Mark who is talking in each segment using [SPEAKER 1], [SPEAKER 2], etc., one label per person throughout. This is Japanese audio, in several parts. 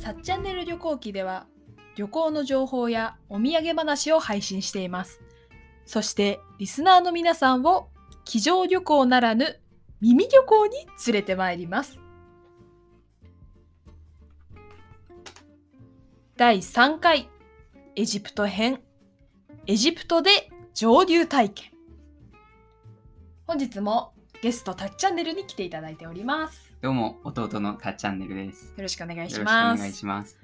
[SPEAKER 1] 8チャンネル旅行記では旅行の情報やお土産話を配信しています。そしてリスナーの皆さんを机上旅行ならぬ耳旅行に連れてまいります。第3回エジプト編エジプトで上流体験本日もゲストたっチャンネルに来ていただいております。
[SPEAKER 2] どうも、弟のたっチャンネルです。
[SPEAKER 1] よろしくお願いし
[SPEAKER 2] よろしくお
[SPEAKER 1] ま
[SPEAKER 2] 願い
[SPEAKER 1] す。
[SPEAKER 2] します。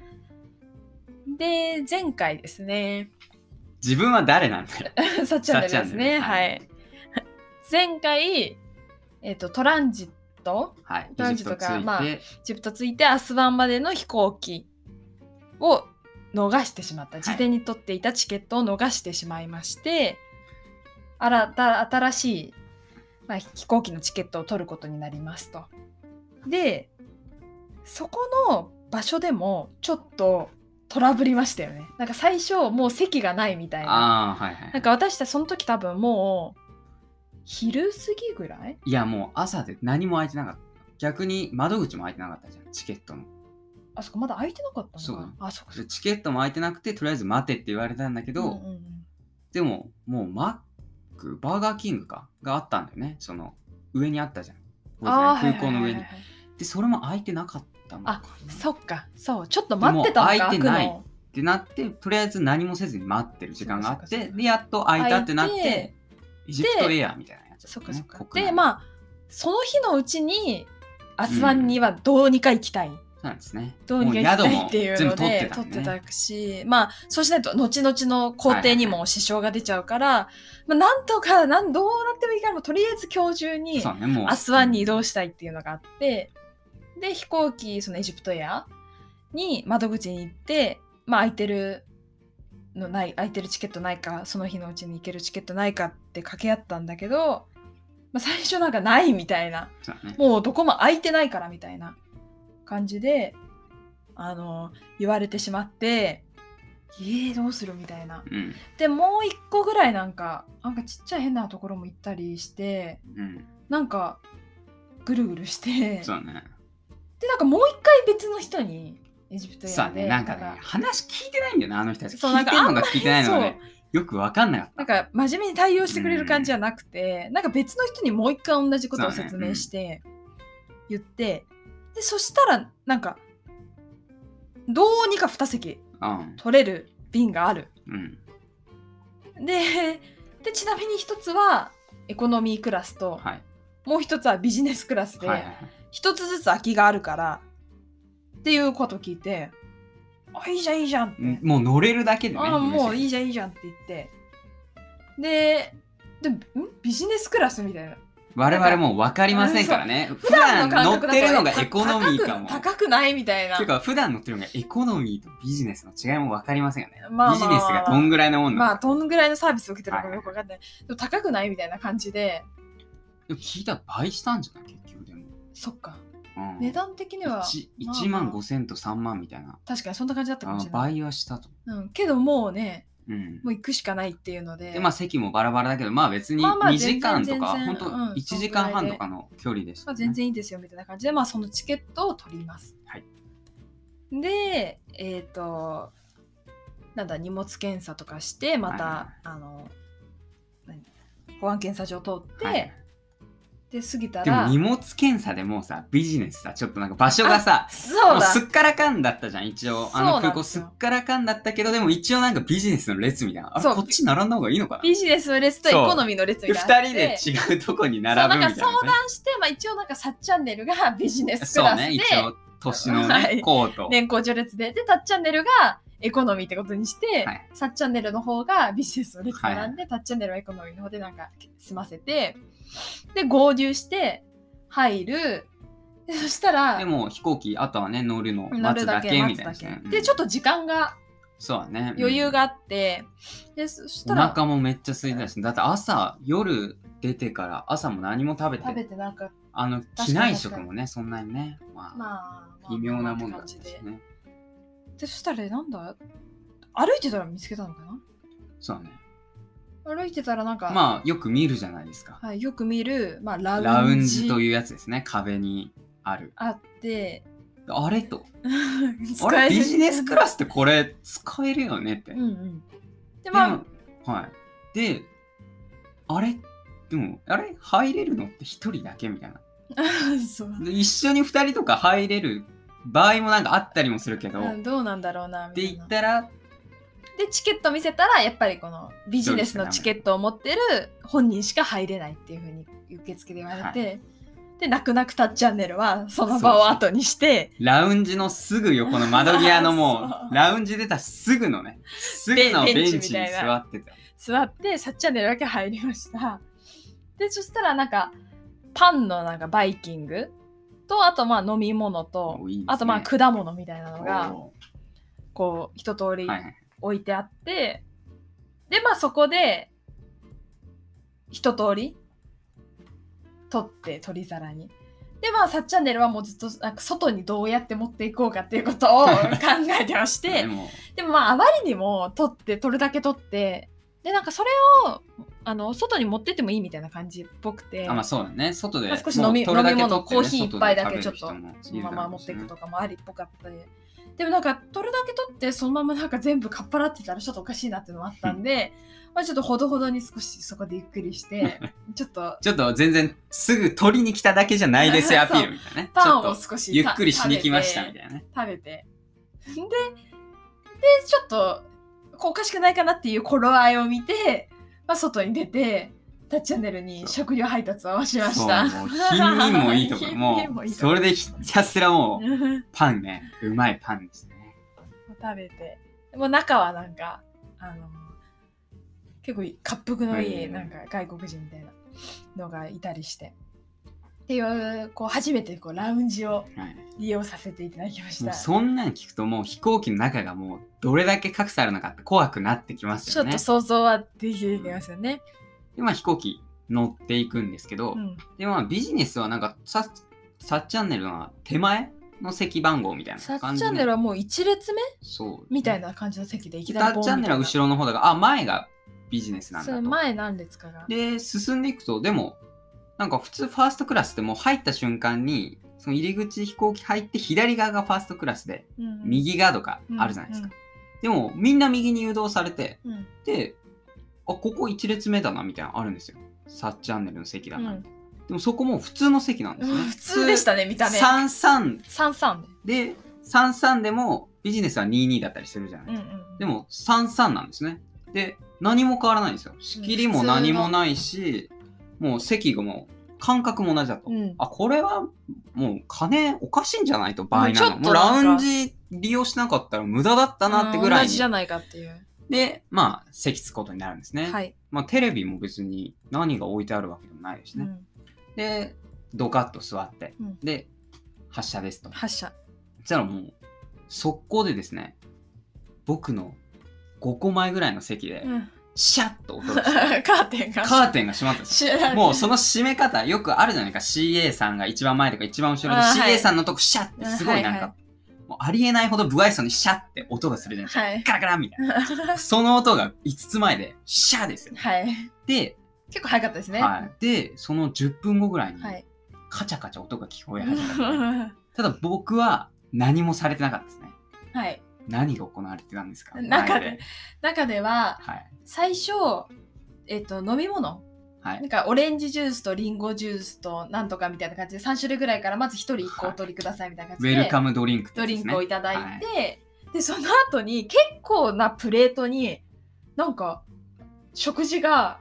[SPEAKER 1] で前回ですね
[SPEAKER 2] 自分は誰なんだよ。
[SPEAKER 1] さっちゃんのやつですね。
[SPEAKER 2] さっちゃんの
[SPEAKER 1] は
[SPEAKER 2] やつ
[SPEAKER 1] い。前回、えっ、と、トランジット、
[SPEAKER 2] はい。
[SPEAKER 1] 男児と
[SPEAKER 2] エジプ
[SPEAKER 1] か
[SPEAKER 2] ト着いて
[SPEAKER 1] まあエジプト着いてアスワンまでの飛行機を逃してしまった。
[SPEAKER 2] い
[SPEAKER 1] 事前に取っていたチケットを逃してしまいまして、新た新しい、まあ、飛行機のチケットを取ることになりますと。で、そこの場所でもちょっとトラブりましたよね。なんか最初もう席がないみたいな。
[SPEAKER 2] ああ、はいはい。
[SPEAKER 1] なんか私たちその時多分もう昼過ぎぐらい
[SPEAKER 2] いや、もう朝で何も開いてなかった。逆に窓口も開いてなかったじゃん、チケットの。
[SPEAKER 1] あそこまだ空いてなかったの
[SPEAKER 2] そう
[SPEAKER 1] か
[SPEAKER 2] だね
[SPEAKER 1] なあそこそ
[SPEAKER 2] で
[SPEAKER 1] こ
[SPEAKER 2] チケットも開いてなくて、とりあえず待てって言われたんだけど、
[SPEAKER 1] うんうんうん
[SPEAKER 2] でも、もうマック、バーガーキングか、があったんだよね。その、上にあったじゃん。
[SPEAKER 1] あー
[SPEAKER 2] 空港の
[SPEAKER 1] はいはい
[SPEAKER 2] 上に
[SPEAKER 1] はい。はい
[SPEAKER 2] で、それも開いてなかったのかな。
[SPEAKER 1] あそっかそうちょっと待ってたの
[SPEAKER 2] でも
[SPEAKER 1] か
[SPEAKER 2] 空いてない
[SPEAKER 1] 開くの
[SPEAKER 2] ってなってとりあえず何もせずに待ってる時間があっ
[SPEAKER 1] そうか
[SPEAKER 2] て
[SPEAKER 1] そうか
[SPEAKER 2] でやっと空いたってなっ
[SPEAKER 1] 空いて
[SPEAKER 2] てエジプトエアみたいなやつ
[SPEAKER 1] そっかそっか
[SPEAKER 2] 国内
[SPEAKER 1] でまあその日のうちにアスワンにはどうにか行きたい、
[SPEAKER 2] そうなんですね
[SPEAKER 1] どうにか行きたいっていう
[SPEAKER 2] も
[SPEAKER 1] の
[SPEAKER 2] 宿
[SPEAKER 1] で
[SPEAKER 2] も全部
[SPEAKER 1] 取っ
[SPEAKER 2] 取っててた,、ね、
[SPEAKER 1] たしまあそうしないと後々の工程にも支障が出ちゃうから、まあ、なんとかなんどうなってもいいからもうとりあえず今日中に
[SPEAKER 2] そうねもう
[SPEAKER 1] アスワンに移動したいっていうのがあってで飛行機そのエジプトエアに窓口に行ってまあ空いてるのない空いてるチケットないかその日のうちに行けるチケットないかって掛け合ったんだけど、まあ、最初なんかないみたいな
[SPEAKER 2] そうだね
[SPEAKER 1] もうどこも空いてないからみたいな感じであの言われてしまってえー、どうするみたいな
[SPEAKER 2] うん
[SPEAKER 1] でもう一個ぐらいなんかなんかちっちゃい変なところも行ったりして
[SPEAKER 2] うん
[SPEAKER 1] なんかぐるぐるして
[SPEAKER 2] そうだね
[SPEAKER 1] でなんかもう一回別の人にエジプト
[SPEAKER 2] そう
[SPEAKER 1] や
[SPEAKER 2] だ
[SPEAKER 1] で
[SPEAKER 2] ねなんかね話聞いてないんだよなあの人たち
[SPEAKER 1] そう
[SPEAKER 2] 聞いてんのか聞いてないの
[SPEAKER 1] そ
[SPEAKER 2] か
[SPEAKER 1] う
[SPEAKER 2] ねよくわかんなかった
[SPEAKER 1] なんか真面目に対応してくれる感じじゃなくて、なんか別の人にもう一回同じことを説明して言って、でそしたらなんかどうにか2席
[SPEAKER 2] うん
[SPEAKER 1] 取れる便がある
[SPEAKER 2] うん
[SPEAKER 1] ででちなみに1つはエコノミークラスと、
[SPEAKER 2] はい
[SPEAKER 1] もう1つはビジネスクラスで、
[SPEAKER 2] はいはいはい
[SPEAKER 1] 一つずつ空きがあるからっていうこと聞いてあいいじゃんいいじゃんって、
[SPEAKER 2] うんもう乗れるだけでね
[SPEAKER 1] ああもういい
[SPEAKER 2] い
[SPEAKER 1] じゃんいいじゃんって言ってででんビジネスクラスみたいな
[SPEAKER 2] 我々もう分かりませんからね普段乗ってるのがエコノミーかも
[SPEAKER 1] 高く高くないみたいな
[SPEAKER 2] ていうか普段乗ってるのがエコノミーとビジネスの違いも分かりませんよね。
[SPEAKER 1] まあまあ
[SPEAKER 2] ビジネスがどんぐらいのもんなの
[SPEAKER 1] ま
[SPEAKER 2] か、
[SPEAKER 1] あどんぐらいのサービスを受けてるのか
[SPEAKER 2] はい
[SPEAKER 1] よくわかんない、でも高くないみたいな感じで
[SPEAKER 2] でも聞いたら倍したんじゃない結局でも。
[SPEAKER 1] そっか
[SPEAKER 2] うん、
[SPEAKER 1] 値段的には
[SPEAKER 2] 1,
[SPEAKER 1] まあまあ
[SPEAKER 2] 万5千と3万みたいな。
[SPEAKER 1] 確かにそんな感じだったかも
[SPEAKER 2] あ
[SPEAKER 1] しれない、
[SPEAKER 2] 倍はしたと。
[SPEAKER 1] うん、けどもうね
[SPEAKER 2] うん
[SPEAKER 1] もう行くしかないっていうので
[SPEAKER 2] でまあ席もバラバラだけどまあ別に
[SPEAKER 1] まあまあ
[SPEAKER 2] 2時間とか、
[SPEAKER 1] 全然
[SPEAKER 2] 本
[SPEAKER 1] 全然
[SPEAKER 2] 当
[SPEAKER 1] うん
[SPEAKER 2] 1時間半とかの距離でし
[SPEAKER 1] ま
[SPEAKER 2] た、
[SPEAKER 1] あ、
[SPEAKER 2] ね
[SPEAKER 1] 全然いいですよみたいな感じで、まあ、そのチケットを取ります。
[SPEAKER 2] はい
[SPEAKER 1] で、えっ、と、なんだ、荷物検査とかして、また、
[SPEAKER 2] は
[SPEAKER 1] あの、何保安検査場を通って、
[SPEAKER 2] はい
[SPEAKER 1] で、過ぎた
[SPEAKER 2] でも
[SPEAKER 1] ら
[SPEAKER 2] 荷、物検査でもうさビジネスさちょっとなんか場所がさ
[SPEAKER 1] そう
[SPEAKER 2] もう
[SPEAKER 1] だ
[SPEAKER 2] すっからかんだったじゃん一応あ
[SPEAKER 1] そうな
[SPEAKER 2] の
[SPEAKER 1] んですよ
[SPEAKER 2] 空港すっからかんだったけどでも一応なんかビジネスの列みたいなあれ
[SPEAKER 1] そう
[SPEAKER 2] こっち並んだ方がいいのかな
[SPEAKER 1] ビジネスの列とエ
[SPEAKER 2] そう
[SPEAKER 1] コノミーの列
[SPEAKER 2] で
[SPEAKER 1] みたいなのがあっ
[SPEAKER 2] 2
[SPEAKER 1] て。
[SPEAKER 2] 人で違うとこに
[SPEAKER 1] そう
[SPEAKER 2] 並ぶみたいな,、
[SPEAKER 1] んか相談して、まあ、一応なんかさっチャンネルがビジネスク
[SPEAKER 2] そう
[SPEAKER 1] ラス
[SPEAKER 2] ね
[SPEAKER 1] で、
[SPEAKER 2] 一応年のね、
[SPEAKER 1] はい
[SPEAKER 2] コート、
[SPEAKER 1] 年功序列ででタッチャンネルがエコノミーってことにして、
[SPEAKER 2] はい
[SPEAKER 1] サッチャンネルの方がビジネスの列なんで、タッチャンネルはエコノミーの方でなんか済ませてで合流して入るでそしたら
[SPEAKER 2] でも飛行機あとはね乗るの
[SPEAKER 1] 乗
[SPEAKER 2] 待
[SPEAKER 1] る
[SPEAKER 2] つ
[SPEAKER 1] だ
[SPEAKER 2] だけ
[SPEAKER 1] け
[SPEAKER 2] み
[SPEAKER 1] 待
[SPEAKER 2] た
[SPEAKER 1] つ
[SPEAKER 2] いな
[SPEAKER 1] だ
[SPEAKER 2] です
[SPEAKER 1] け
[SPEAKER 2] ね、
[SPEAKER 1] でちょっ
[SPEAKER 2] っと
[SPEAKER 1] と時間が
[SPEAKER 2] そうだね
[SPEAKER 1] 余裕
[SPEAKER 2] が、
[SPEAKER 1] があって、でそした
[SPEAKER 2] うんお
[SPEAKER 1] ら
[SPEAKER 2] 腹もめっちゃ空いてたしだって朝夜出てから朝も何も食べて
[SPEAKER 1] 食べてなんか
[SPEAKER 2] あの
[SPEAKER 1] かに
[SPEAKER 2] 機内食もねそんなにねまあ、
[SPEAKER 1] まあ
[SPEAKER 2] 微妙なもんだった
[SPEAKER 1] っ
[SPEAKER 2] して
[SPEAKER 1] 感じで
[SPEAKER 2] ね
[SPEAKER 1] でそしたらなんだ歩いてたら見つけたのか
[SPEAKER 2] そうだね
[SPEAKER 1] な歩いてたらなんか、
[SPEAKER 2] まあよく見るじゃないですか、
[SPEAKER 1] はい、よく見る、まあ、ラウンジ
[SPEAKER 2] ラウンジというやつですね壁にある
[SPEAKER 1] あって
[SPEAKER 2] あれと。あ
[SPEAKER 1] 使
[SPEAKER 2] れ
[SPEAKER 1] える
[SPEAKER 2] ビジネスクラスってこれ使えるよねって。
[SPEAKER 1] うんうんで
[SPEAKER 2] で
[SPEAKER 1] まあ
[SPEAKER 2] はい。で、あれでも、あれ入れるのって一人だけみたいな。
[SPEAKER 1] そう
[SPEAKER 2] で一緒に二人とか入れる場合もなんかあったりもするけど、
[SPEAKER 1] うんどうなんだろうな
[SPEAKER 2] って
[SPEAKER 1] みたい
[SPEAKER 2] 言
[SPEAKER 1] な
[SPEAKER 2] っ。たら、
[SPEAKER 1] でチケット見せたらやっぱりこのビジネスのチケットを持ってる本人しか入れないっていうふうに受付で言われて、で泣く泣くたっチャンネルはその場を後にして
[SPEAKER 2] ラウンジのすぐ横の窓際の も
[SPEAKER 1] そう
[SPEAKER 2] う、ラウンジ出たすぐのね、すぐの
[SPEAKER 1] ベ
[SPEAKER 2] ベ
[SPEAKER 1] ンベンチ
[SPEAKER 2] ンチに
[SPEAKER 1] みたい
[SPEAKER 2] 座
[SPEAKER 1] な
[SPEAKER 2] ってた。
[SPEAKER 1] 座ってさっチャンネルだけ入りましたでそしたらなんかパンのなんかバイキングとあとまあ飲み物と
[SPEAKER 2] おいいですね
[SPEAKER 1] あとまあ果物みたいなのが
[SPEAKER 2] お
[SPEAKER 1] こう一通り
[SPEAKER 2] ーはいはい
[SPEAKER 1] 置いてあってでまあそこで一通り取って取り皿にでまあさっチャンネルはもうずっとなんか外にどうやって持っていこうかっていうことを考えてまし
[SPEAKER 2] で
[SPEAKER 1] て
[SPEAKER 2] も、
[SPEAKER 1] でもまああまりにも取って取るだけ取ってでなんかそれをあの外に持ってってもいいみたいな感じっぽくて
[SPEAKER 2] あ、まあそうだね。外で、
[SPEAKER 1] まあ少し飲み
[SPEAKER 2] もう取るだけ
[SPEAKER 1] 飲み物
[SPEAKER 2] 取って
[SPEAKER 1] コーヒー一杯だけちょっと
[SPEAKER 2] 外で食べる人
[SPEAKER 1] そ
[SPEAKER 2] もい
[SPEAKER 1] の
[SPEAKER 2] るだ
[SPEAKER 1] ま
[SPEAKER 2] ろ
[SPEAKER 1] ま持
[SPEAKER 2] うしね
[SPEAKER 1] っていくとかもありっぽかったりでもなんか取るだけ取ってそのままなんか全部かっぱらってたらちょっとおかしいなっていうのもあったんでまあちょっとほどほどに少しそこでゆっくりして ちょっと
[SPEAKER 2] ちょっと全然すぐ取りに来ただけじゃないですよアピールみたいな ね。ち
[SPEAKER 1] パ
[SPEAKER 2] ょ
[SPEAKER 1] ン
[SPEAKER 2] っ
[SPEAKER 1] を
[SPEAKER 2] と
[SPEAKER 1] 少し
[SPEAKER 2] ゆっくりしに来ましたた
[SPEAKER 1] 食べ
[SPEAKER 2] み
[SPEAKER 1] て
[SPEAKER 2] たいなね。
[SPEAKER 1] 食べてででちょっとこうおかしくないかなっていう頃合いを見て、まあ、外に出て「タッチチャンネル」に食料配達を合わせまし
[SPEAKER 2] そう、
[SPEAKER 1] た。
[SPEAKER 2] もう品にもいいとこ ろ、
[SPEAKER 1] 品
[SPEAKER 2] も
[SPEAKER 1] にもいういとこ
[SPEAKER 2] それでひたすらもうパンね、うまいパンですね。
[SPEAKER 1] 食べてもう中はなんかあの結構いい恰幅のいい
[SPEAKER 2] うん
[SPEAKER 1] なんか外国人みたいなのがいたりしてっていうこう初めてこうラウンジを
[SPEAKER 2] はい、
[SPEAKER 1] 利用させていただきまし
[SPEAKER 2] も
[SPEAKER 1] た
[SPEAKER 2] うそんなん聞くともう飛行機の中がもうどれだけ格差あるのかって怖くなってきます
[SPEAKER 1] ちょっ
[SPEAKER 2] よね
[SPEAKER 1] と。想像はできてきますよね、
[SPEAKER 2] でまあ飛行機乗っていくんですけど、
[SPEAKER 1] うん
[SPEAKER 2] でまあビジネスはなんかさサッチャンネルの手前の席番号みたい
[SPEAKER 1] サ
[SPEAKER 2] な
[SPEAKER 1] ッ
[SPEAKER 2] 感
[SPEAKER 1] チ
[SPEAKER 2] じ
[SPEAKER 1] ャンネル
[SPEAKER 2] は
[SPEAKER 1] はもう1列目
[SPEAKER 2] そう
[SPEAKER 1] みたいな感じの席でいき
[SPEAKER 2] サ
[SPEAKER 1] なり
[SPEAKER 2] ッチャンネルは後
[SPEAKER 1] ろ
[SPEAKER 2] ろの方だからあ前がビジネスなん
[SPEAKER 1] そ
[SPEAKER 2] だ
[SPEAKER 1] う
[SPEAKER 2] と。
[SPEAKER 1] 前何列かが
[SPEAKER 2] で進んでいくとでもなんか普通ファーストクラスってもう入った瞬間にその入り口飛行機入って左側がファーストクラスで右側とかあるじゃないですか、、でもみんな右に誘導されて
[SPEAKER 1] うんうんうん
[SPEAKER 2] であここ1列目だなみたいなのあるんですよサッチャンネルの席だなみたいな、でもそこもう普通の席なんです
[SPEAKER 1] う
[SPEAKER 2] ね
[SPEAKER 1] ん普通でしたね見た目
[SPEAKER 2] 33
[SPEAKER 1] 33で、
[SPEAKER 2] で33でもビジネスは22だったりするじゃないですか
[SPEAKER 1] うんうん、
[SPEAKER 2] でも33なんですね。で、何も変わらないんですよ。仕切りも何もないし、もう席がもう感覚も同じだと。
[SPEAKER 1] うん
[SPEAKER 2] あ、これはもう金おかしいんじゃないと場合な
[SPEAKER 1] もうちょ
[SPEAKER 2] の。
[SPEAKER 1] っと
[SPEAKER 2] もう
[SPEAKER 1] な
[SPEAKER 2] ラ
[SPEAKER 1] んか
[SPEAKER 2] ウンジ利用しなかったら無駄だったなってぐら
[SPEAKER 1] うん同
[SPEAKER 2] いに
[SPEAKER 1] じじゃないかっていう、
[SPEAKER 2] で、まあ、席つくことになるんですね。
[SPEAKER 1] はい、
[SPEAKER 2] まあ、テレビも別に何が置いてあるわけでもないです
[SPEAKER 1] う
[SPEAKER 2] ね。
[SPEAKER 1] ん
[SPEAKER 2] で、ドカッと座って、
[SPEAKER 1] うん
[SPEAKER 2] で、発車ですと。
[SPEAKER 1] 発射
[SPEAKER 2] そしたらもう、速攻でですね、僕の5個前ぐらいの席で、シャッと音 がして、
[SPEAKER 1] カーテンが
[SPEAKER 2] カーテンが閉まったんです
[SPEAKER 1] 知らな
[SPEAKER 2] よ
[SPEAKER 1] い
[SPEAKER 2] もうその閉め方、よくあるじゃないか、CA さんが一番前とか一番後ろで
[SPEAKER 1] あーはい
[SPEAKER 2] CA さんのとこシャッってすごいなん
[SPEAKER 1] うんはい
[SPEAKER 2] か、もうありえないほど不愛想にシャッって音がするじゃないですか。
[SPEAKER 1] はい
[SPEAKER 2] カラカラみたいな。その音が5つ前で、シャッですよ。
[SPEAKER 1] はい
[SPEAKER 2] で、
[SPEAKER 1] 結構早かったですね
[SPEAKER 2] はい、で、その10分後ぐらいに、
[SPEAKER 1] はい
[SPEAKER 2] カチャカチャ音が聞こえ始めたんですね。
[SPEAKER 1] は
[SPEAKER 2] ただ僕は何もされてなかったですね。
[SPEAKER 1] い
[SPEAKER 2] 何が行われてたんですか
[SPEAKER 1] なんか
[SPEAKER 2] 前で
[SPEAKER 1] 中では
[SPEAKER 2] はい。
[SPEAKER 1] 最初えっと飲み物
[SPEAKER 2] は
[SPEAKER 1] なん
[SPEAKER 2] い。
[SPEAKER 1] かオレンジジュースとリンゴジュースとなんとかみたいな感じで3種類ぐらいからまず1人1個お取りくださいみたいな
[SPEAKER 2] ウ
[SPEAKER 1] 感じ
[SPEAKER 2] ェル
[SPEAKER 1] で
[SPEAKER 2] カムドリンクって
[SPEAKER 1] ド
[SPEAKER 2] やつで
[SPEAKER 1] リン
[SPEAKER 2] すね
[SPEAKER 1] クをいただいて、でその後に結構なプレートになんか食事が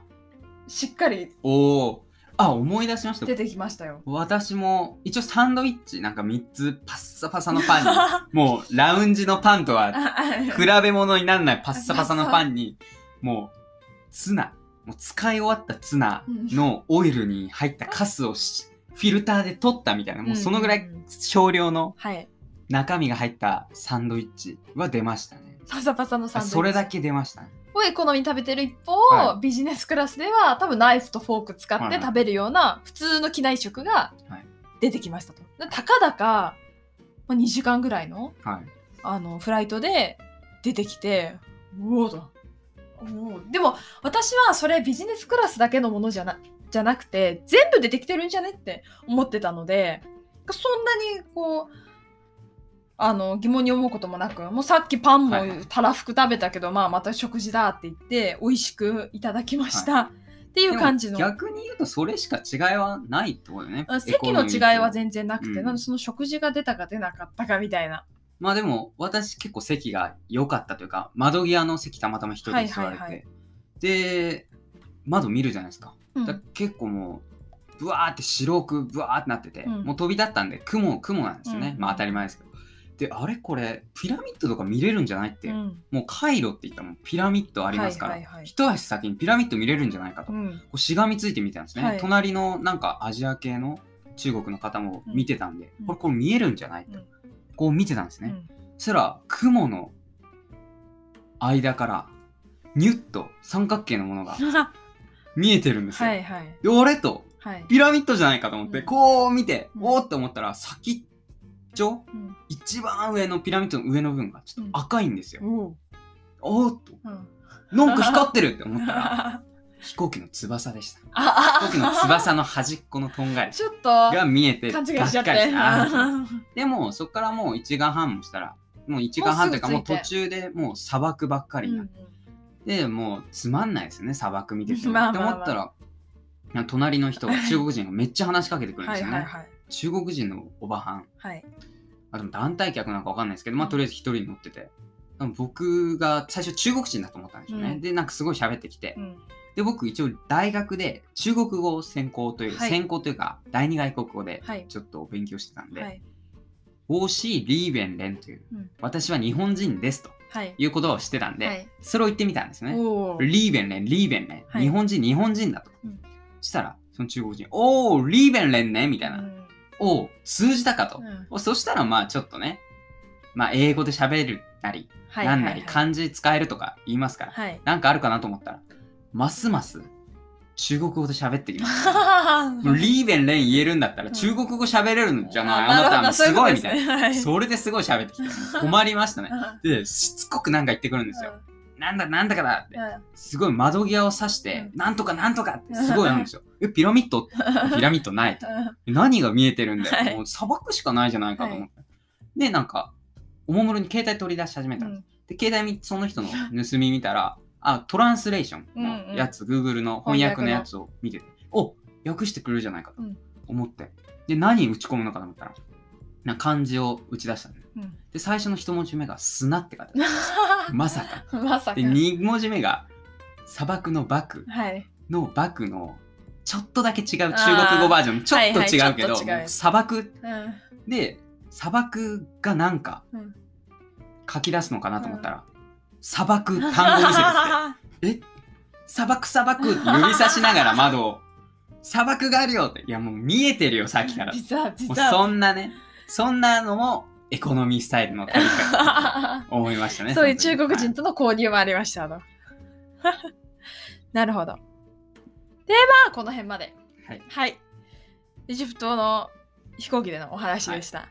[SPEAKER 1] しっかり
[SPEAKER 2] おおあ思い出しました
[SPEAKER 1] 出てきましたよ。
[SPEAKER 2] 私も一応サンドイッチなんか3つパッサパサの パンにもうラウンジのパンとは比べ物にならないパッサパサのパンにもうツナもう使い終わったツナのオイルに入ったカスをしフィルターで取ったみたいなもうそのぐら
[SPEAKER 1] う
[SPEAKER 2] い
[SPEAKER 1] んうんうん
[SPEAKER 2] 少量の
[SPEAKER 1] はい。
[SPEAKER 2] 中身が入ったサンドイッチは出ましたね
[SPEAKER 1] パサパサのサンドイッチ。
[SPEAKER 2] それだけ出ましたね
[SPEAKER 1] をエコノミーに食べてる一方、
[SPEAKER 2] は
[SPEAKER 1] ビジネスクラスでは多分ナイフとフォーク使
[SPEAKER 2] は
[SPEAKER 1] っ
[SPEAKER 2] い
[SPEAKER 1] て
[SPEAKER 2] はい
[SPEAKER 1] 食べるような普通の機内食が
[SPEAKER 2] はい
[SPEAKER 1] 出てきましたと。でたかだかまあ2時間ぐらいの
[SPEAKER 2] はい
[SPEAKER 1] あのフライトで出てきてうおーとおーでも私はそれビジネスクラスだけのものじゃなじゃなくて全部出てきてるんじゃねって思ってたのでそんなにこうあの疑問に思うこともなくもうさっきパンも
[SPEAKER 2] はいはい
[SPEAKER 1] たらふく食べたけど、まあまた食事だって言って美味しくいただきました、っていう感じの
[SPEAKER 2] でも逆に言うとそれしか違いはないってことだよね
[SPEAKER 1] あ。
[SPEAKER 2] エコ
[SPEAKER 1] 席
[SPEAKER 2] ノ
[SPEAKER 1] の
[SPEAKER 2] ミーと
[SPEAKER 1] 違いは全然なくて、
[SPEAKER 2] うん
[SPEAKER 1] なのでその食事が出たか出なかったかみたいな。
[SPEAKER 2] まあでも私結構席が良かったというか窓際の席たまたま一人で座れて、
[SPEAKER 1] はいはいはい
[SPEAKER 2] で窓見るじゃないですか。
[SPEAKER 1] うん
[SPEAKER 2] だから結構もうブワーって白くブワーってなってて、
[SPEAKER 1] うん
[SPEAKER 2] もう飛び立ったんで雲雲なんですよね、
[SPEAKER 1] うん
[SPEAKER 2] まあ当たり前ですけど。であれこれピラミッドとか見れるんじゃないって、
[SPEAKER 1] うん
[SPEAKER 2] もうカイロって言ったらもうピラミッドありますから、
[SPEAKER 1] はいはいはい
[SPEAKER 2] 一足先にピラミッド見れるんじゃないかと、
[SPEAKER 1] う
[SPEAKER 2] こ
[SPEAKER 1] ん
[SPEAKER 2] うしがみついて見てたんですね、
[SPEAKER 1] はい
[SPEAKER 2] 隣のなんかアジア系の中国の方も見てたんで、
[SPEAKER 1] うん
[SPEAKER 2] これこれ見えるんじゃないと、
[SPEAKER 1] うん
[SPEAKER 2] こう見てたんです
[SPEAKER 1] う
[SPEAKER 2] ね、
[SPEAKER 1] ん
[SPEAKER 2] そしたら雲の間からニュッと三角形の ものが見えてるんですよ。
[SPEAKER 1] はいはい
[SPEAKER 2] で俺と
[SPEAKER 1] はい。
[SPEAKER 2] ピラミッドじゃないかと思って、
[SPEAKER 1] うん
[SPEAKER 2] こう見て、
[SPEAKER 1] うん
[SPEAKER 2] おーって思ったら先っちょ
[SPEAKER 1] うん
[SPEAKER 2] 一番上のピラミッドの上の部分がちょっと赤いんですよ。
[SPEAKER 1] おう
[SPEAKER 2] おーっと
[SPEAKER 1] うん
[SPEAKER 2] なんか光ってるって思っ たら飛行機の翼でした。飛行機の翼の端っこのとんがり
[SPEAKER 1] ちょっと
[SPEAKER 2] が見えて
[SPEAKER 1] 勘違いしちゃって。
[SPEAKER 2] がっかりした でもそこからもう1時間半もしたらもう1時間半というかも
[SPEAKER 1] も
[SPEAKER 2] う
[SPEAKER 1] うすぐ
[SPEAKER 2] 途
[SPEAKER 1] 着いて
[SPEAKER 2] 中でもう砂漠ばっかりになってでもうつまんないですよね砂漠見てても。
[SPEAKER 1] まあ
[SPEAKER 2] って
[SPEAKER 1] まあ
[SPEAKER 2] 思
[SPEAKER 1] まあ
[SPEAKER 2] ったらなんか隣の人が中国人がめっちゃ話しかけてく
[SPEAKER 1] うん
[SPEAKER 2] るん
[SPEAKER 1] は
[SPEAKER 2] です
[SPEAKER 1] い
[SPEAKER 2] よね。
[SPEAKER 1] はいはい。
[SPEAKER 2] 中国人のおばはん
[SPEAKER 1] はい。
[SPEAKER 2] あでも団体客なんかわかんないですけど、まあ、とりあえず一人に乗ってて。多分僕が最初中国人だと思ったんですよね。
[SPEAKER 1] うん
[SPEAKER 2] でなんかすごい喋ってきて
[SPEAKER 1] う、ん
[SPEAKER 2] で僕一応大学で中国語を専攻という、
[SPEAKER 1] はい
[SPEAKER 2] 専攻というか第二外国語で
[SPEAKER 1] はい
[SPEAKER 2] ちょっと勉強してたんで、
[SPEAKER 1] はい。
[SPEAKER 2] オーシー・リーベンレンという、
[SPEAKER 1] うん
[SPEAKER 2] 私は日本人ですと
[SPEAKER 1] はい。
[SPEAKER 2] いうことをしてたんで、
[SPEAKER 1] はい
[SPEAKER 2] それを言ってみたんですね。
[SPEAKER 1] おー
[SPEAKER 2] リーベンレン、リーベンレン、
[SPEAKER 1] はい
[SPEAKER 2] 日本人、日本人だと。
[SPEAKER 1] うん
[SPEAKER 2] したら、その中国人、おー、リーベンレンね、みたいな。
[SPEAKER 1] うん
[SPEAKER 2] おー、通じたかと。
[SPEAKER 1] うん
[SPEAKER 2] おそしたら、まあちょっとね、まあ英語で喋るなり、
[SPEAKER 1] はい
[SPEAKER 2] なんなり、
[SPEAKER 1] はい
[SPEAKER 2] 漢字使えるとか言いますから、
[SPEAKER 1] はい。
[SPEAKER 2] なんかあるかなと思ったら、ますます中国語で喋ってき ました。 もう
[SPEAKER 1] はい
[SPEAKER 2] リーベンレン言えるんだったら
[SPEAKER 1] うん
[SPEAKER 2] 中国語喋れるんじゃない、
[SPEAKER 1] ー
[SPEAKER 2] あなた
[SPEAKER 1] るほ
[SPEAKER 2] は
[SPEAKER 1] ど
[SPEAKER 2] すごいみ
[SPEAKER 1] そ
[SPEAKER 2] た
[SPEAKER 1] う
[SPEAKER 2] いな。
[SPEAKER 1] うことですね
[SPEAKER 2] それですごい喋ってきて、も う困りましたね。
[SPEAKER 1] はい
[SPEAKER 2] で、しつこくなんか言ってくるんですよ。なんだなんだかだって
[SPEAKER 1] う。んうん
[SPEAKER 2] すごい窓際を指して、
[SPEAKER 1] う
[SPEAKER 2] なんとかなんとかってすごいあるんですよ。え、ピラミッド ピラミッドないと。
[SPEAKER 1] うん
[SPEAKER 2] 何が見えてるんだよ。
[SPEAKER 1] はい
[SPEAKER 2] もう砂漠しかないじゃないかと思って。で、なんか、おもむろに携帯取り出し始めたんです。で、携帯みその人の盗み見たら、あ、トランスレーションのやつ、Google の翻訳のやつを見てて、お訳してくれるじゃないかと
[SPEAKER 1] うん
[SPEAKER 2] 思って。で、何打ち込むのかと思ったら、なんか漢字を打ち出したんです。
[SPEAKER 1] うん
[SPEAKER 2] で、最初の一文字目が砂って書いてあるまさか。
[SPEAKER 1] まさか
[SPEAKER 2] で。2文字目が砂漠の漠
[SPEAKER 1] はい。
[SPEAKER 2] の漠のちょっとだけ違う中国語バージョンちょっと違うけ
[SPEAKER 1] はい
[SPEAKER 2] ど、
[SPEAKER 1] はいちょっと違うやつ
[SPEAKER 2] もう砂漠
[SPEAKER 1] うん
[SPEAKER 2] で砂漠がなんか
[SPEAKER 1] うん
[SPEAKER 2] 書き出すのかなと思ったら、砂漠単語見せてき てえ砂漠砂漠って指さしながら窓を砂漠があるよっていやもう見えてるよさっきからも
[SPEAKER 1] 実は実
[SPEAKER 2] う
[SPEAKER 1] は
[SPEAKER 2] そんなねそんなのもエコノミースタイルの旅か と思いましたね
[SPEAKER 1] そういう
[SPEAKER 2] その時
[SPEAKER 1] 中国人との交流もありましたの。 なるほど。では、この辺まで。
[SPEAKER 2] はい
[SPEAKER 1] エジプトの飛行機でのお話でした。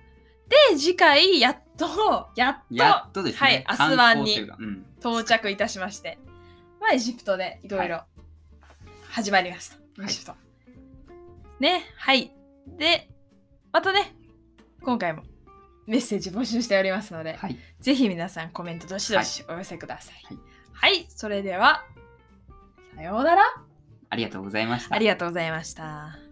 [SPEAKER 1] で、次回、やっと、 やっと
[SPEAKER 2] やっとですね、
[SPEAKER 1] はい
[SPEAKER 2] 観光
[SPEAKER 1] アスワンに
[SPEAKER 2] というかうん
[SPEAKER 1] 到着いたしまして、まあ、エジプトでいろいろ始まりました。
[SPEAKER 2] はい
[SPEAKER 1] エジプト。ね、はい。で、またね、今回もメッセージ募集しておりますので、
[SPEAKER 2] はい、
[SPEAKER 1] ぜひ皆さんコメントどしどしお寄せください。
[SPEAKER 2] は
[SPEAKER 1] はいい、それでは、さようなら。
[SPEAKER 2] ありがとうございました
[SPEAKER 1] あ。りがとうございました。